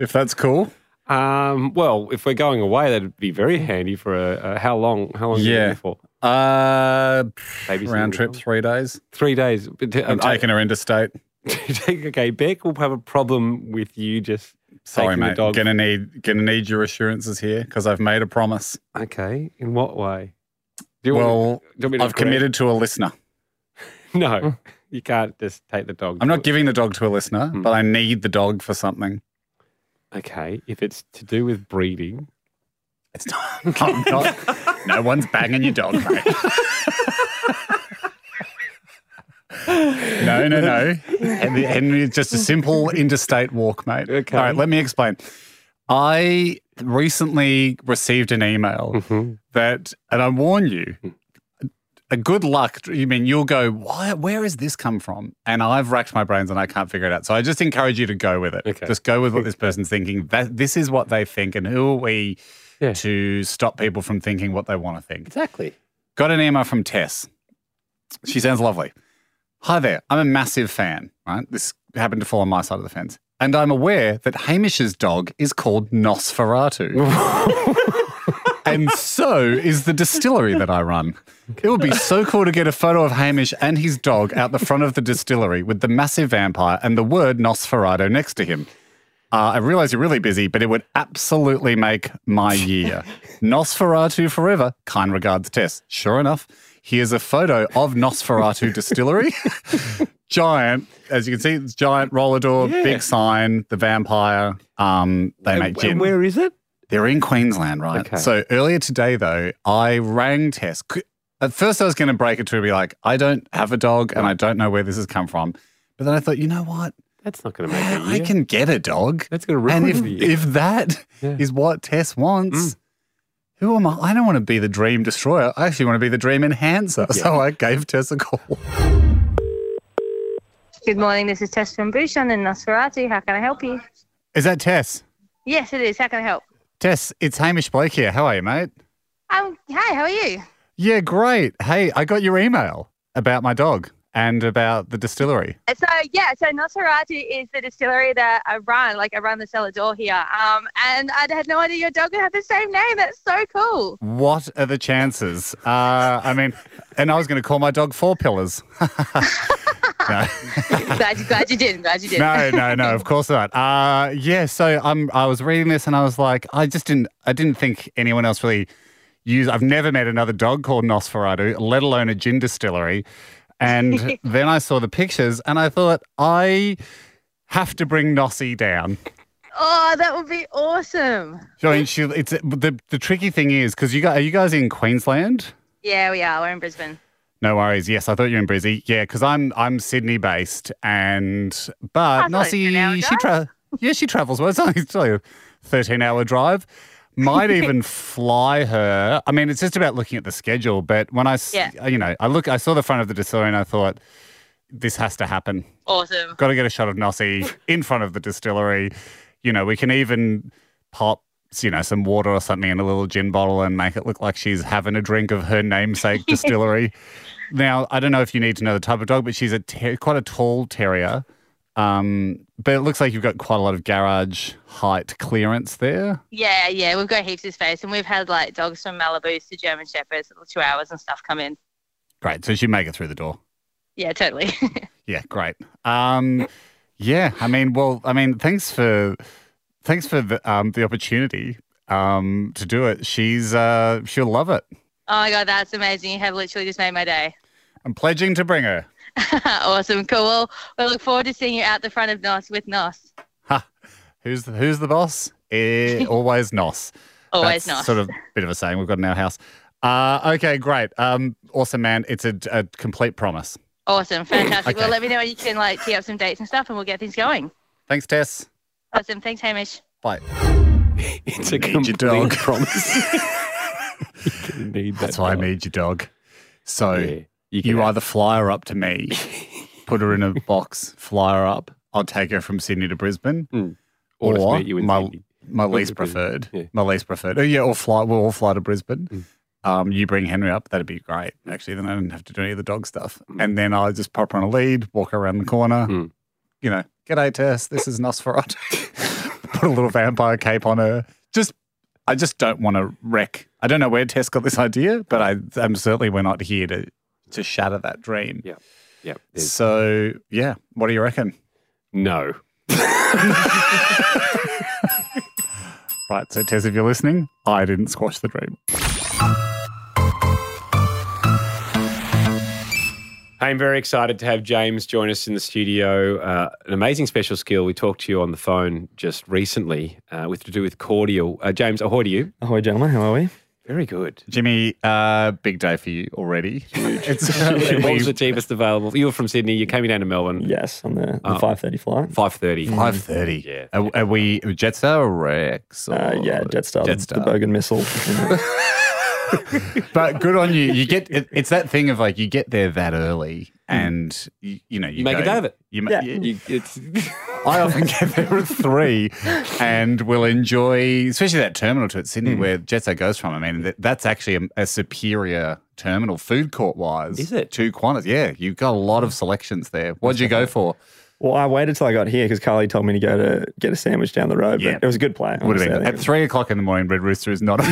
D: if that's cool.
C: Um, well, if we're going away, that'd be very handy for a, a how long? How long? are you
D: Mm. Yeah.
C: going for
D: Uh,
C: Babysitting
D: round
C: or
D: trip,
C: something?
D: three days.
C: Three days. But, uh,
D: I'm
C: I-
D: taking her interstate.
C: [laughs] okay, Beck will have a problem with you just
D: Sorry,
C: taking
D: mate.
C: the dog.
D: Gonna need gonna need your assurances here because I've made a promise.
C: Okay, in what way? Do you
D: Well,
C: do you want me to
D: I've
C: correct-
D: committed Mm. to a listener.
C: No, you can't just take the dog.
D: I'm not giving the dog to a listener, but I need the dog for something.
C: Hmm. Okay, if it's to do with breeding,
D: It's [laughs] not. I'm not no one's banging your dog, mate. no,
A: [laughs]
D: no, [laughs] no. Henry, Henry, it's just a simple interstate walk, mate.
C: Okay.
D: All right, let me explain. I recently received an email that, and I warn you, a good luck. You mean you'll go? Why? Uh, Where has this come from? um, And I've racked my brains and I can't figure it out. So I just encourage you to go with it.
C: Okay.
D: Just go with what this person's thinking. That this is what they think, and who are we
C: Yeah.
D: to stop people from thinking what they want to think?
C: exactly.
D: Got an email from Tess. She sounds lovely. Hi there. I'm a massive fan, right? This happened to fall on my side of the fence. And I'm aware that Hamish's dog is
C: [laughs]
D: called Nosferatu. and so is the distillery that I run. It would be so cool to get a photo of Hamish and his dog out the front of the distillery with the massive vampire and the word Nosferatu next to him. Uh, I realize you're really busy, but it would absolutely make my year. Nosferatu forever. Kind regards, Tess. Sure enough, here's a photo of Nosferatu Distillery. [laughs] giant, as you can see, it's giant roller door, big sign, the vampire. Um, they make gin.
C: where is it?
D: They're in Queensland, right?
C: Okay.
D: So earlier today, though, I rang Tess. C- At first, I was going to break it to her, be like, I don't have a dog and I don't know where this has come from. But then I thought, you know what?
C: That's not going to make a
D: I
C: year.
D: can get a dog.
C: That's going to ruin
D: And if,
C: the year.
D: if that is
C: Yeah. Mm.
D: what Tess wants, who am I? I don't want to be the dream destroyer. I actually want to be the dream enhancer. So I gave Tess a call.
I: Good morning, this is Tess from Busan in Nosferatu. How can I help you?
D: Is that Tess?
I: Yes, it is. How can I help?
D: Tess, it's Hamish Blake here. How are you, mate?
I: Um, hi, how are you?
D: Yeah, great. Hey, I got your email about my dog and about the distillery.
I: Uh, So, yeah, so Nosferatu is the distillery that I run, like I run the cellar door here. Um, and I had no idea your dog would have the same name. That's so cool.
D: What are the chances? Uh, I mean, and I was going to call my dog Four Pillars. [laughs] no.
I: [laughs] glad, you, glad you did. I'm glad you did.
D: no, no, no, of course not. Uh, yeah, so I'm, I was reading this and I was like, I just didn't, I didn't think anyone else really used, I've never met another dog called Nosferatu, let alone a gin distillery.
I: [laughs]
D: And then I saw the pictures and I thought, I have to bring Nossie down.
I: Oh, that would be awesome.
D: I mean, she, it's, the, the tricky thing is, because you guys, are you guys in Queensland?
I: Yeah, we are. We're in Brisbane.
D: No worries. Yes, I thought you were in Brizzy. Yeah, because I'm I'm Sydney based, and
I: thought
D: but
I: it was an hour
D: Nossie, she tra- yeah she travels well. It's only, it's only a thirteen hour drive.
I: [laughs]
D: Might even fly her. I mean, it's just about looking at the schedule. But when I, s-
I: Yeah.
D: you know, I look, I saw the front of the distillery, and I thought this has to happen.
I: Awesome.
D: Got to get a shot of Nossie in front of the distillery. You know, we can even pop, you know, some water or something in a little gin bottle and make it look like she's having a drink of her namesake distillery. Now, I don't know if you need to know the type of dog, but she's a ter- quite a tall terrier. Um, but it looks like you've got quite a lot of garage height clearance there.
I: Yeah, yeah, we've got heaps of space, and we've had like dogs from Malibu's to German Shepherds, little Chihuahuas and stuff come in.
D: Great. So she make it through the door.
I: Yeah, totally. [laughs]
D: Yeah, great. Um, yeah, I mean, well, I mean, thanks for thanks for the, um, the opportunity um, to do it. She's uh, she'll love it.
I: oh my god, that's amazing! You have literally just made my day.
D: I'm pledging to bring her.
I: [laughs] awesome, cool. Well, we look forward to seeing you out the front of Nos with Nos.
D: Who's the, who's the boss?
I: [laughs]
D: Eh, always Nos.
I: Always
D: That's
I: Nos.
D: Sort of bit of a saying we've got in our house. Uh, okay, great. Um, awesome, man. It's a, a complete promise.
I: Awesome, fantastic.
D: Okay.
I: Well, let me know when you can like tee up some dates and stuff, and we'll get things going.
D: Thanks, Tess.
I: Awesome, thanks, Hamish.
D: Bye.
C: [laughs] it's a
D: Need your
C: complete [laughs]
D: dog.
C: promise. you need that
D: That's why I
C: dog.
D: need your dog. So
C: Yeah. You
D: You
C: can-
D: either fly her up to me,
C: [laughs]
D: put her in a box, fly her up. I'll take her from Sydney to Brisbane,
C: Mm. Or just meet you in
D: my
C: Sydney.
D: my
C: Or
D: least
C: to Brisbane,
D: preferred,
C: yeah. Hmm.
D: my least preferred. Oh yeah, or fly. We'll all fly to Brisbane. Um, you bring Henry up. That'd be great. Actually, then I don't have to do any of the dog stuff,
C: Hmm.
D: and then I just pop her on a lead, walk her around the corner.
C: Mm.
D: You know, g'day Tess. This is Nosferatu. put a little vampire cape on her. Just, I just don't want to wreck. I don't know where Tess got this idea, but I, I'm certainly we're not here to to shatter that dream.
C: Yeah. [laughs] Yeah. there's-
D: So yeah, what do you reckon?
C: No. [laughs]
D: Right, so Tess, if you're listening, I didn't squash the dream.
C: Hey, I'm very excited to have James join us in the studio. Uh, an amazing special skill. We talked to you on the phone just recently uh, with to do with cordial. Uh, James, ahoy to you.
J: Ahoy, gentlemen. How are we?
C: Very good.
D: Jimmy, uh, big day for you
J: [laughs]
D: already. It's
C: what was
D: only
C: the cheapest available? You were from Sydney. You came down to Melbourne.
J: Yes, on the, the
C: Oh.
J: 5.30 flight.
C: Five thirty.
D: five thirty.
C: Yeah.
D: Are, are we Jetstar or Rex? Or
J: Uh, yeah, Jetstar, the-
D: Jetstar.
J: the Bogan
D: [laughs]
J: missile.
D: but good on you. You get it, it's that thing of like you get there that early, and you, you know you,
C: Hmm. make a
D: go-
C: day of it.
D: You ma-
J: Yeah.
D: you-
C: You- it's
D: I often get there at three and will enjoy, especially that terminal two at Sydney
C: Hmm.
D: where Jetso goes from. I mean, that, that's actually a, a superior terminal food court wise.
C: Is it?
D: To Qantas. Yeah, you've got a lot of selections there. What'd you go for?
J: well, I waited till I got here because Carly told me to go to get a sandwich down the road.
D: Yeah.
J: But it was a good play.
D: Would have
J: honestly,
D: been
J: I
D: at
J: think.
D: three o'clock in the morning. Red Rooster is not. but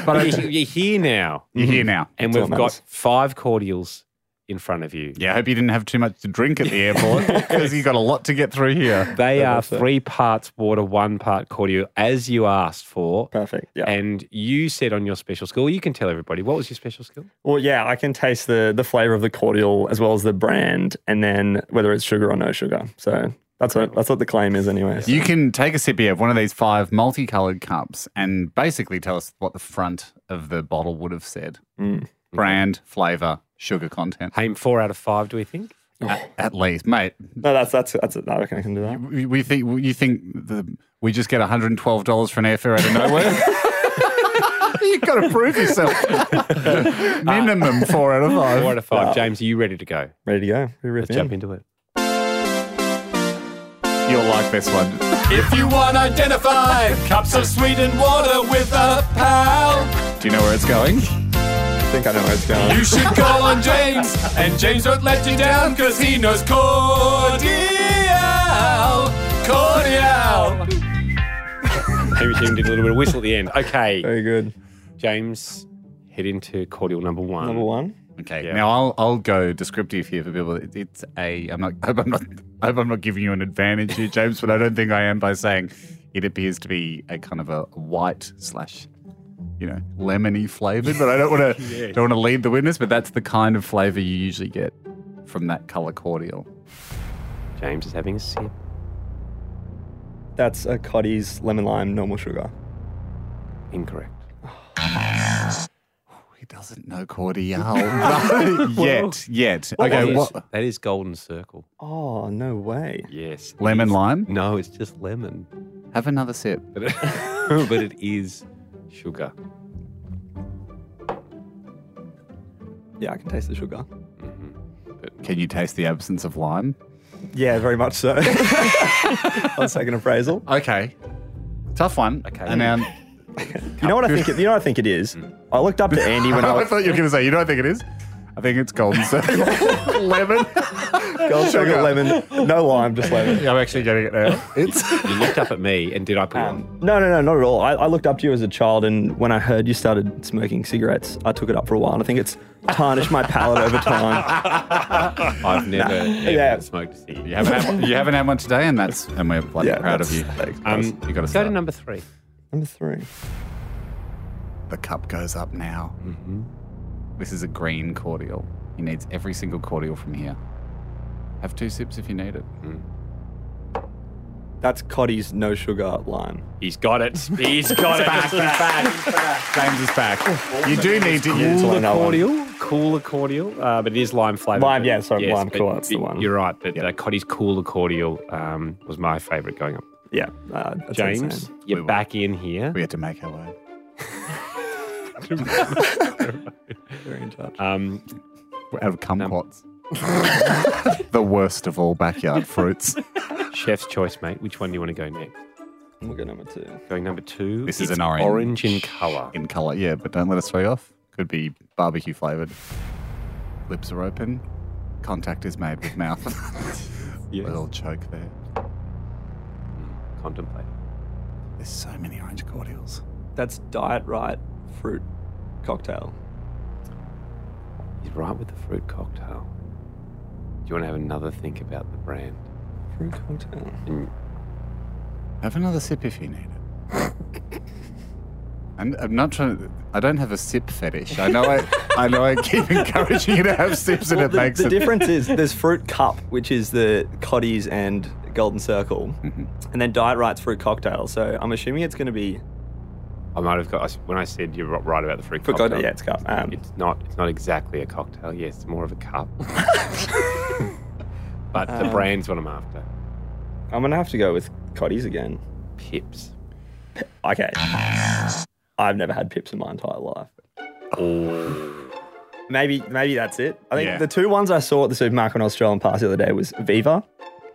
C: [laughs]
D: I,
C: you, you're here now,
D: you're here now.
C: and
J: Mm-hmm. That's
C: we've
J: all that
C: got
J: matters.
C: five cordials in front of you.
D: Yeah, I hope you didn't have too much to drink at the airport because you got a lot to get through here.
C: They are
J: that's it.
C: three parts water, one part cordial, as you asked for.
J: Perfect. Yeah.
C: And you said on your special skill, you can tell everybody what was your special skill?
J: well, yeah, I can taste the the flavor of the cordial as well as the brand, and then whether it's sugar or no sugar. So that's what that's what the claim is, anyway.
D: You can take a sip here of one of these five multicolored cups and basically tell us what the front of the bottle would have said
J: Mm.
D: brand, flavor, sugar content.
C: Aim four out of five, do we think?
D: At, at least, mate,
J: No, that's that's that's it. I reckon I can do that.
D: we we think you think the, we just get $112 for an airfare out
J: [laughs]
D: of nowhere. You've got to prove yourself. Uh, Minimum four out of five.
C: Four out of five. James, are you ready to go?
J: Ready to go? We
C: Let's
J: ripping
C: jump into it.
D: You'll like this one.
H: If you want, identify cups of sweetened water with a pal.
D: Do you know where it's going?
J: I think I know where it's going.
H: You should call on James, and James won't let you down because he knows cordial. Cordial.
C: Maybe Jim did a little bit of whistle at the end. Okay.
J: Very good.
C: James, head into cordial number one.
J: Number one.
D: Okay.
C: Yeah.
D: [laughs] [laughs] Now I'll I'll go descriptive here for people. It- It's a I'm not [laughs] I hope I'm not I hope I'm not giving you an advantage here, James, but I don't think I am by saying it appears to be a kind of a white slash you know lemony flavored. But I
H: [laughs]
D: don't want to don't want to lead the witness. But that's the kind of flavor you usually get from that color cordial.
C: James is having a sip.
J: That's a Coddy's lemon lime normal sugar.
C: Incorrect.
D: [sighs] He doesn't know [laughs] cordial yet yet. Okay,
C: That is-
D: what
C: That is golden circle.
J: Oh no way.
C: Yes.
D: lemon lime?
C: No, it's just lemon.
D: Have another sip.
C: But it, but it is sugar.
J: Yeah, I can taste the sugar.
D: Can you taste the absence of lime?
J: Yeah, very much so. I was taking appraisal.
D: Okay. Tough one. Okay. [laughs] And now [laughs]
J: You know what I think? It, you know what I think it is. I looked up to Andy
D: [laughs]
J: when I
D: I
J: was
D: thought you were going to say, you know what I think it is? I think it's golden circle. lemon.
J: gold sugar lemon, no lime, just lemon.
D: Yeah, [laughs] I'm actually getting
J: [laughs]
D: it now. It's
C: You looked up at me, and did I put on?
J: No, no, no, not at all. I, I looked up to you as a child, and when I heard you started smoking cigarettes, I took it up for a while. And I think it's tarnished my palate over
D: [laughs]
J: time.
C: [laughs] I've never ever
J: Yeah.
C: smoked a cigarette.
D: you
J: [laughs]
D: haven't, had, you haven't had one today, and that's and we're bloody
J: Yeah,
D: proud of
J: that's-
D: you.
J: thanks,
C: Um,
J: guys.
D: you got
C: Go to
D: start.
C: number three.
J: Number three.
D: The cup goes up now.
C: Mm-hmm.
D: This is a green cordial. He needs every single cordial from here. Have two sips if you need it.
C: Mm.
J: That's Coddy's no sugar lime.
C: He's got it. He's got it.
D: James is back. You do need to use
J: Cool.
D: it.
C: Cooler
J: Another one.
C: cordial, cooler cordial, uh, but it is lime flavour.
J: Lime, yeah, sorry,
C: Yes,
J: lime
C: but
J: cooler, that's the
C: y-
J: one.
C: You're right, but uh, Coddy's cooler cordial um, was my favourite going up.
J: Yeah, uh, that's
C: James,
J: insane.
C: you're
D: We were- [laughs]
C: back in here.
D: We had to make our way.
J: Very in touch.
C: Um,
D: Have kumquats. [laughs] the worst of
C: [laughs]
D: all backyard fruits.
C: chef's choice, mate. Which one do you want to go next?
J: We'll go number two.
C: Going number two.
D: This is
C: It's
D: an orange.
C: Orange in colour.
D: In color, yeah, but don't let us throw you off. Could be barbecue flavored. Lips are open. Contact is made
C: [laughs]
D: with mouth. Little choke there.
C: Contemplate.
D: There's so many orange cordials.
J: That's diet right fruit cocktail.
C: He's right with the fruit cocktail. Do you want to have another think about the brand?
J: Fruit cocktail.
C: And
D: Have another sip if you need it.
J: [laughs]
D: And I'm not trying. to- I don't have a sip fetish. I know. I, I know. I keep [laughs] encouraging you to have sips, and
J: Well,
D: it
J: the,
D: makes
J: the
D: it. [laughs]
J: difference is there's fruit cup, which is the Coddies and Golden Circle,
C: Mm-hmm.
J: and then Diet Right's fruit cocktail. So I'm assuming it's going to be
C: I might have got I s- when I said you're ri- right about the fruit
J: fruit
C: cocktail.
J: cocktail. Yeah, it's cup. Um,
C: It's not. It's not exactly a cocktail. Yes, it's more of a cup. but Uh,
J: um,
C: the brand's what I'm after.
J: I'm going to have to go with Coddies again.
C: Pips.
J: Okay. I've never had pips in my entire life. Maybe maybe that's it. I think
D: Yeah.
J: the two ones I saw at the supermarket when I was strolling past the other day was Viva.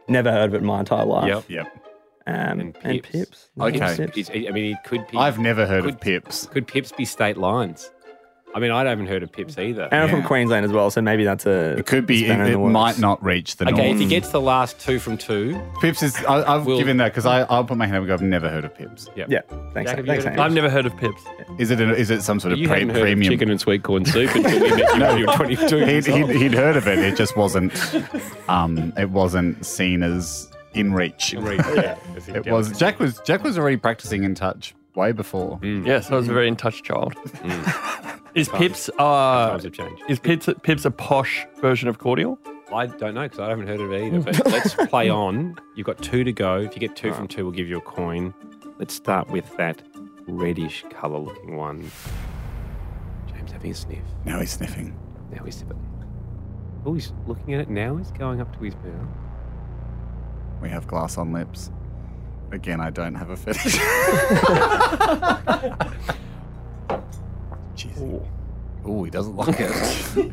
J: Never heard of it in my entire life.
C: Yep.
D: Yep.
J: Um, and
C: And
J: Pips.
C: Pips.
J: Never
D: Okay.
J: had Pips.
C: It's- I mean, it could. Be,
D: I've never heard
C: could,
D: of pips.
C: Could pips be state lines? I mean, I haven't heard of pips either.
J: And I'm from
D: Yeah.
J: Queensland as well, so maybe that's a.
D: It could be.
J: spanner
D: It,
J: in the
D: it
J: works.
D: might not reach the
C: okay, if
D: norm.
C: he gets the last two from two,
D: Pips is. I, I've
C: We'll-
D: given that because I'll put my hand up and go. I've never heard of pips.
C: yeah,
J: Yeah. Thanks.
C: Jack, have you
J: thanks,
C: heard of
J: Andy.
E: I've never heard of pips.
D: Is it? An, is it some sort of
C: You
D: pre-
C: hadn't heard of
D: premium?
C: chicken and sweet corn soup until we
D: [laughs]
C: met you when you were 22.
D: he'd,
C: years old.
D: he'd, he'd heard of it. It just wasn't. Um, it wasn't seen as in reach. [laughs] It was. Jack was. Jack was already practicing in touch way before.
C: Mm.
E: Yes, I was
D: Mm.
E: a very in touch child. Is pips uh,
C: Times have changed.
E: is pips pips a posh version of cordial?
C: I don't know because I haven't heard of it either.
J: [laughs]
C: But let's play on. You've got two to go. If you get two from two, we'll give you a coin. Let's start with that reddish colour looking one. James having a sniff.
D: Now he's sniffing.
C: Now he's sipping. Oh, he's looking at it now. He's going up to his mouth.
D: We have glass on lips. Again, I don't have a fetish. Jeez. Oh, he doesn't like it.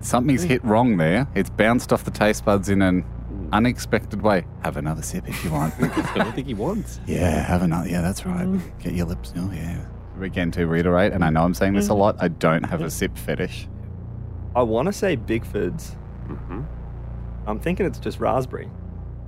D: Something's hit wrong there. It's bounced off the taste buds in an unexpected way. Have another sip if you want.
C: I don't think he wants.
D: [laughs] yeah, have another. Yeah, that's right. Get your lips. Oh, yeah. Again, to reiterate, and I know I'm saying this a lot, I don't have a sip fetish.
J: I want to say Bigford's.
C: hmm
J: I'm thinking it's just raspberry.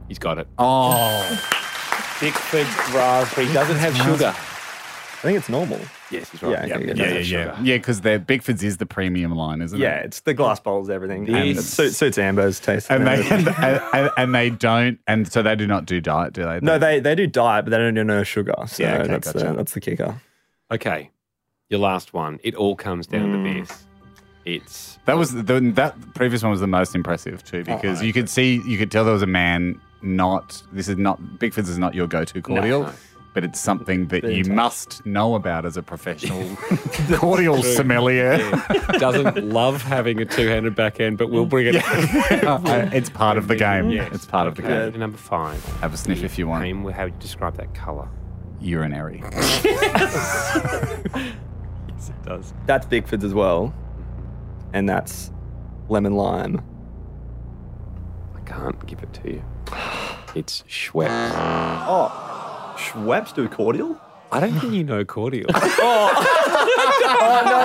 C: He's got it.
J: [laughs]
D: Oh,
C: Bickford's raspberry doesn't have sugar.
J: I think it's normal.
C: Yes, he's
J: Yeah,
C: right.
J: okay, good.
C: it doesn't have sugar.
D: yeah, because Bigford's is the premium line, isn't it?
J: Yeah, it's the glass bowls, everything. And it
C: This-
J: suits, suits Amber's taste.
D: and they [laughs] and, and, and they don't and so they do not do diet, do they?
J: no, they, they do diet, but they don't do no sugar. So
D: Yeah, okay,
J: that's,
D: gotcha.
J: the, that's the kicker.
C: Okay, your last one. It all comes down to this. It's
D: that was the, that previous one was the most impressive too
J: Oh,
D: because you could see you could tell there was a man not this is not Bigford's is not your go-to cordial.
C: no.
D: But it's something that
J: Very
D: you
J: tough.
D: must know about as
J: [laughs]
D: a professional cordial sommelier.
C: [laughs]
D: [laughs]
C: doesn't love having a two-handed backhand, but we'll bring it. [laughs]
D: [laughs] Uh, it's part of the game.
C: Yes.
D: It's part of the
C: Okay,
D: game.
C: to Number five.
D: Have a sniff if you want.
C: Cream, how would you describe that colour?
J: [laughs]
D: Urinary.
C: Yes, it does.
J: That's Bigford's as well. And that's lemon lime.
C: I can't give it to you. It's Schweppes.
J: Schweppes Oh, do cordial? Oh,
C: I don't think you
J: [laughs]
C: know [laughs] cordial. Oh,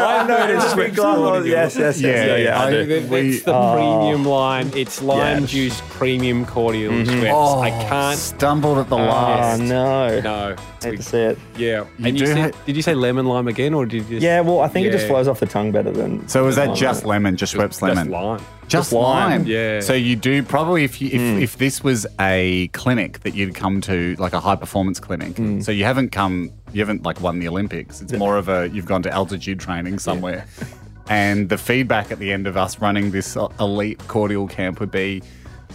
J: I noticed Schweppes cordial. Yes, yes, yes. Yeah, yeah.
D: I-
J: I do.
D: we-
C: It's the premium line. It's lime
J: Yeah.
C: juice premium cordial Schweppes.
D: Oh,
C: I can't.
D: Stumbled at the
J: Oh,
D: last.
J: no.
C: No.
J: Hate to see it.
C: Yeah.
D: You
C: and you
D: do
C: said,
D: ha-
C: did you say lemon lime again, or did you? Just,
J: Yeah, well, I think it just
C: Yeah.
J: flows off the tongue better than.
D: So is
J: than
D: that just
J: lime.
D: lemon? Just Schweppes
C: just
D: lemon?
C: lime.
D: Just lime.
J: lime.
C: Yeah.
D: So you do probably if you, if, if this was a clinic that you'd come to, like a high performance clinic. So you haven't come, you haven't like won the Olympics. It's more of a you've gone to altitude training somewhere. And the feedback at the end of us running this e, elite cordial camp would be,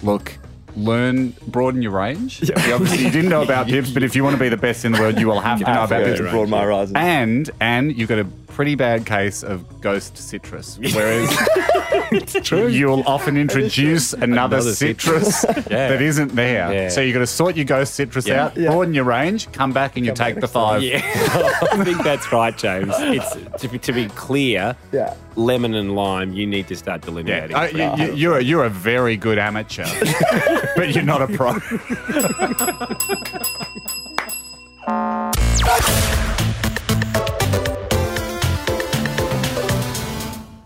D: look. Learn, broaden your range. You obviously, you didn't know about pips, but if you want to be the best in the world, you will have to know
J: I
D: about
J: forgot
D: pips.
J: to broaden my horizons.
D: And and you've got to pretty bad case of ghost citrus.
C: [laughs]
D: Whereas you'll often introduce another,
C: Another
D: citrus,
C: citrus. [laughs] Yeah.
D: that isn't there.
C: Yeah.
D: So you've got to sort your ghost citrus
C: Yeah.
D: out, broaden your range, come back and you take the five.
C: Yeah, [laughs] I think that's right, James. It's to be, to be clear.
J: Yeah.
C: Lemon and lime, you need to start
D: Yeah,
C: delineating.
D: uh, you, you, you're a, you're a very good
C: [laughs]
D: amateur, but you're not a pro.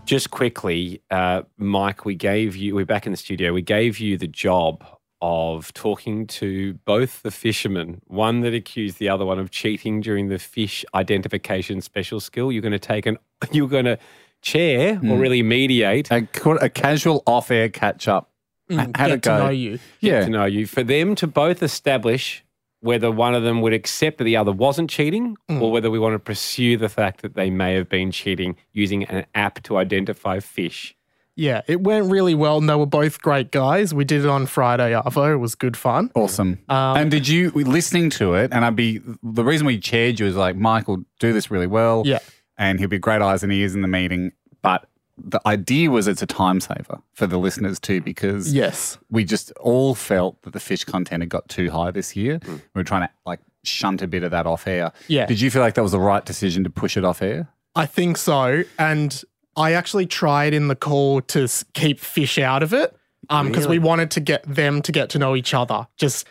C: Just quickly, uh, Mike, we gave you, we're back in the studio, we gave you the job of talking to both the fishermen, one that accused the other one of cheating during the fish identification special skill. You're going to take an, [laughs] you're going to chair or really mediate.
D: Hmm. A, ca- a casual off-air catch-up.
K: Mm,
D: How'd it
K: get to
D: go?
K: know you.
D: Yeah.
C: to know you for them to both establish whether one of them would accept that the other wasn't cheating
D: Mm.
C: or whether we want to pursue the fact that they may have been cheating using an app to identify fish.
K: Yeah, it went really well, and they were both great guys. We did it on Friday, Arvo. It was good fun.
D: Awesome.
K: Um,
D: and did you we- listening to it? And I'd be the reason we chaired you is like Michael do this really well.
K: Yeah.
D: and he'll be great eyes and ears in the meeting. But the idea was it's a time saver for the listeners too because
K: Yes.
D: we just all felt that the fish content had got too high this year.
C: Mm.
D: We were trying to like shunt a bit of that off air.
K: Yeah.
D: Did you feel like that was the right decision to push it off air?
K: I think so. And I actually tried in the call to s- keep fish out of it because we wanted to get them to get to know each other, just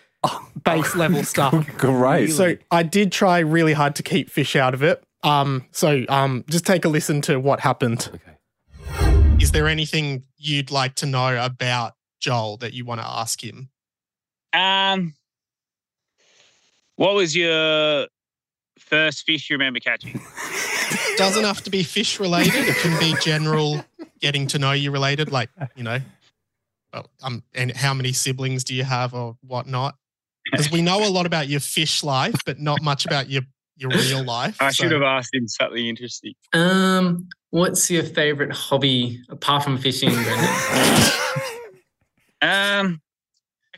K: base level stuff.
D: Great.
K: So I did try really hard to keep fish out of it. Um, so um, just take a listen to what happened. Okay. Is there anything you'd like to know about Joel that you want to ask him?
L: Um, what was your first fish you remember catching?
K: Doesn't have to be fish related. It can be general, getting to know you related, like you know, well, um, and how many siblings do you have or whatnot? Because we know a lot about your fish life, but not much about your your real life.
L: I
K: so-
L: should have asked him something interesting.
M: Um, what's your favorite hobby apart from fishing? Brendan?
L: Um,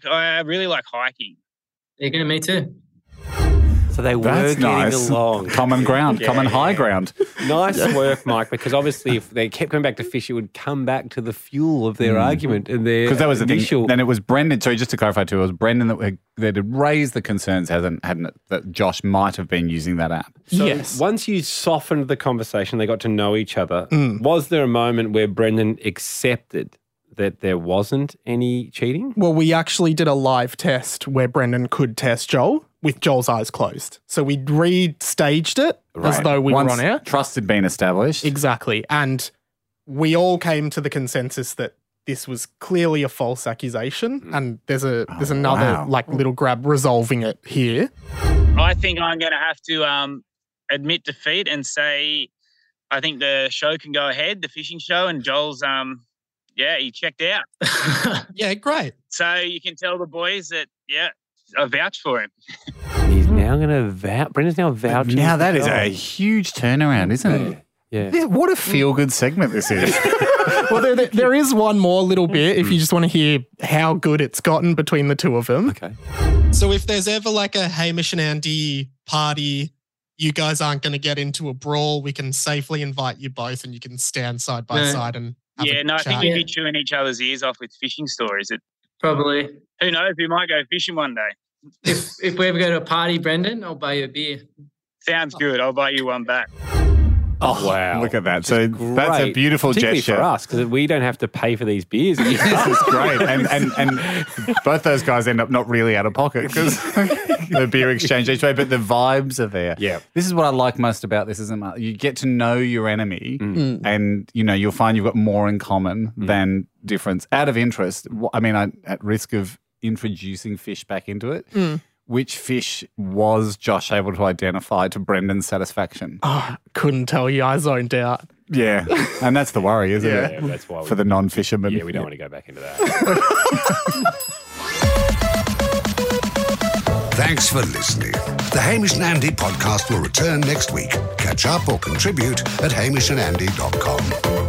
L: I really like hiking.
M: there you go, me too.
C: So they
D: That's nice. Common ground,
L: Yeah,
D: common
L: yeah,
D: high
L: yeah.
D: ground.
C: [laughs] Nice work, Mike, because obviously if they kept coming back to fish, it would come back to the fuel of their
D: Mm.
C: argument and their
D: Because that was the
C: initial.
D: thing. Then it was Brendan. Sorry, just to clarify too, it was Brendan that, that had raised the concerns, hasn't hadn't it, that Josh might have been using that app.
C: So
K: Yes.
C: Once you softened the conversation, they got to know each other.
K: Mm.
C: Was there a moment where Brendan accepted that there wasn't any cheating?
K: Well, we actually did a live test where Brendan could test Joel with Joel's eyes closed. So we restaged it as though we
D: Once
K: were on air.
D: Trust had been established.
K: Exactly. And we all came to the consensus that this was clearly a false accusation. And there's a there's
D: Oh,
K: another
D: wow.
K: like little grab resolving it here.
L: I think I'm going to have to um, admit defeat and say I think the show can go ahead, the fishing show, and Joel's um, yeah, he checked out.
K: Yeah, great.
L: So you can tell the boys that yeah, I vouch for him.
C: He's now going to vouch. Brendan's now vouching.
D: now
C: for
D: that is a
C: Joel.
D: huge turnaround, isn't it?
C: Yeah.
D: Yeah, what a feel good segment this is.
K: well, there, there, there is one more little bit if you just want to hear how good it's gotten between the two of them.
C: Okay.
K: So if there's ever like a Hamish and Andy party, you guys aren't going to get into a brawl. We can safely invite you both, and you can stand side by
M: Yeah.
K: side and have
L: Yeah,
K: a
L: no, I
K: chat.
L: think we'd be chewing each other's ears off with fishing stories. It,
M: Probably.
L: who knows? We might go fishing one day.
M: If if we ever go to a party, Brendan, I'll buy you a beer.
L: Sounds good. I'll buy you one back.
C: [laughs]
D: oh,
C: wow.
D: Look at that.
C: Which
D: So
C: is
D: that's a
C: great,
D: beautiful
C: Particularly
D: gesture.
C: for us because we don't have to pay for these beers.
D: [laughs] This
C: [laughs]
D: is great. And, and, and both those guys end up not really out of pocket because [laughs] the beer exchange each way, but the vibes are there.
C: Yeah.
D: This is what I like most about this, isn't it? You get to know your enemy and, you know, you'll find you've got more in common than difference. Out of interest, wh- I mean, I, at risk of introducing fish back into it,
K: Mm.
D: which fish was Josh able to identify to Brendan's satisfaction?
K: Oh, couldn't tell you. I zoned out.
D: Yeah. And that's the worry, isn't
K: Yeah.
D: it?
C: Yeah, that's why.
D: For
C: We,
D: the non fisherman.
C: yeah, we don't want to go back into that. [laughs]
B: Thanks for listening. The Hamish and Andy podcast will return next week. Catch up or contribute at hamishandandy.com.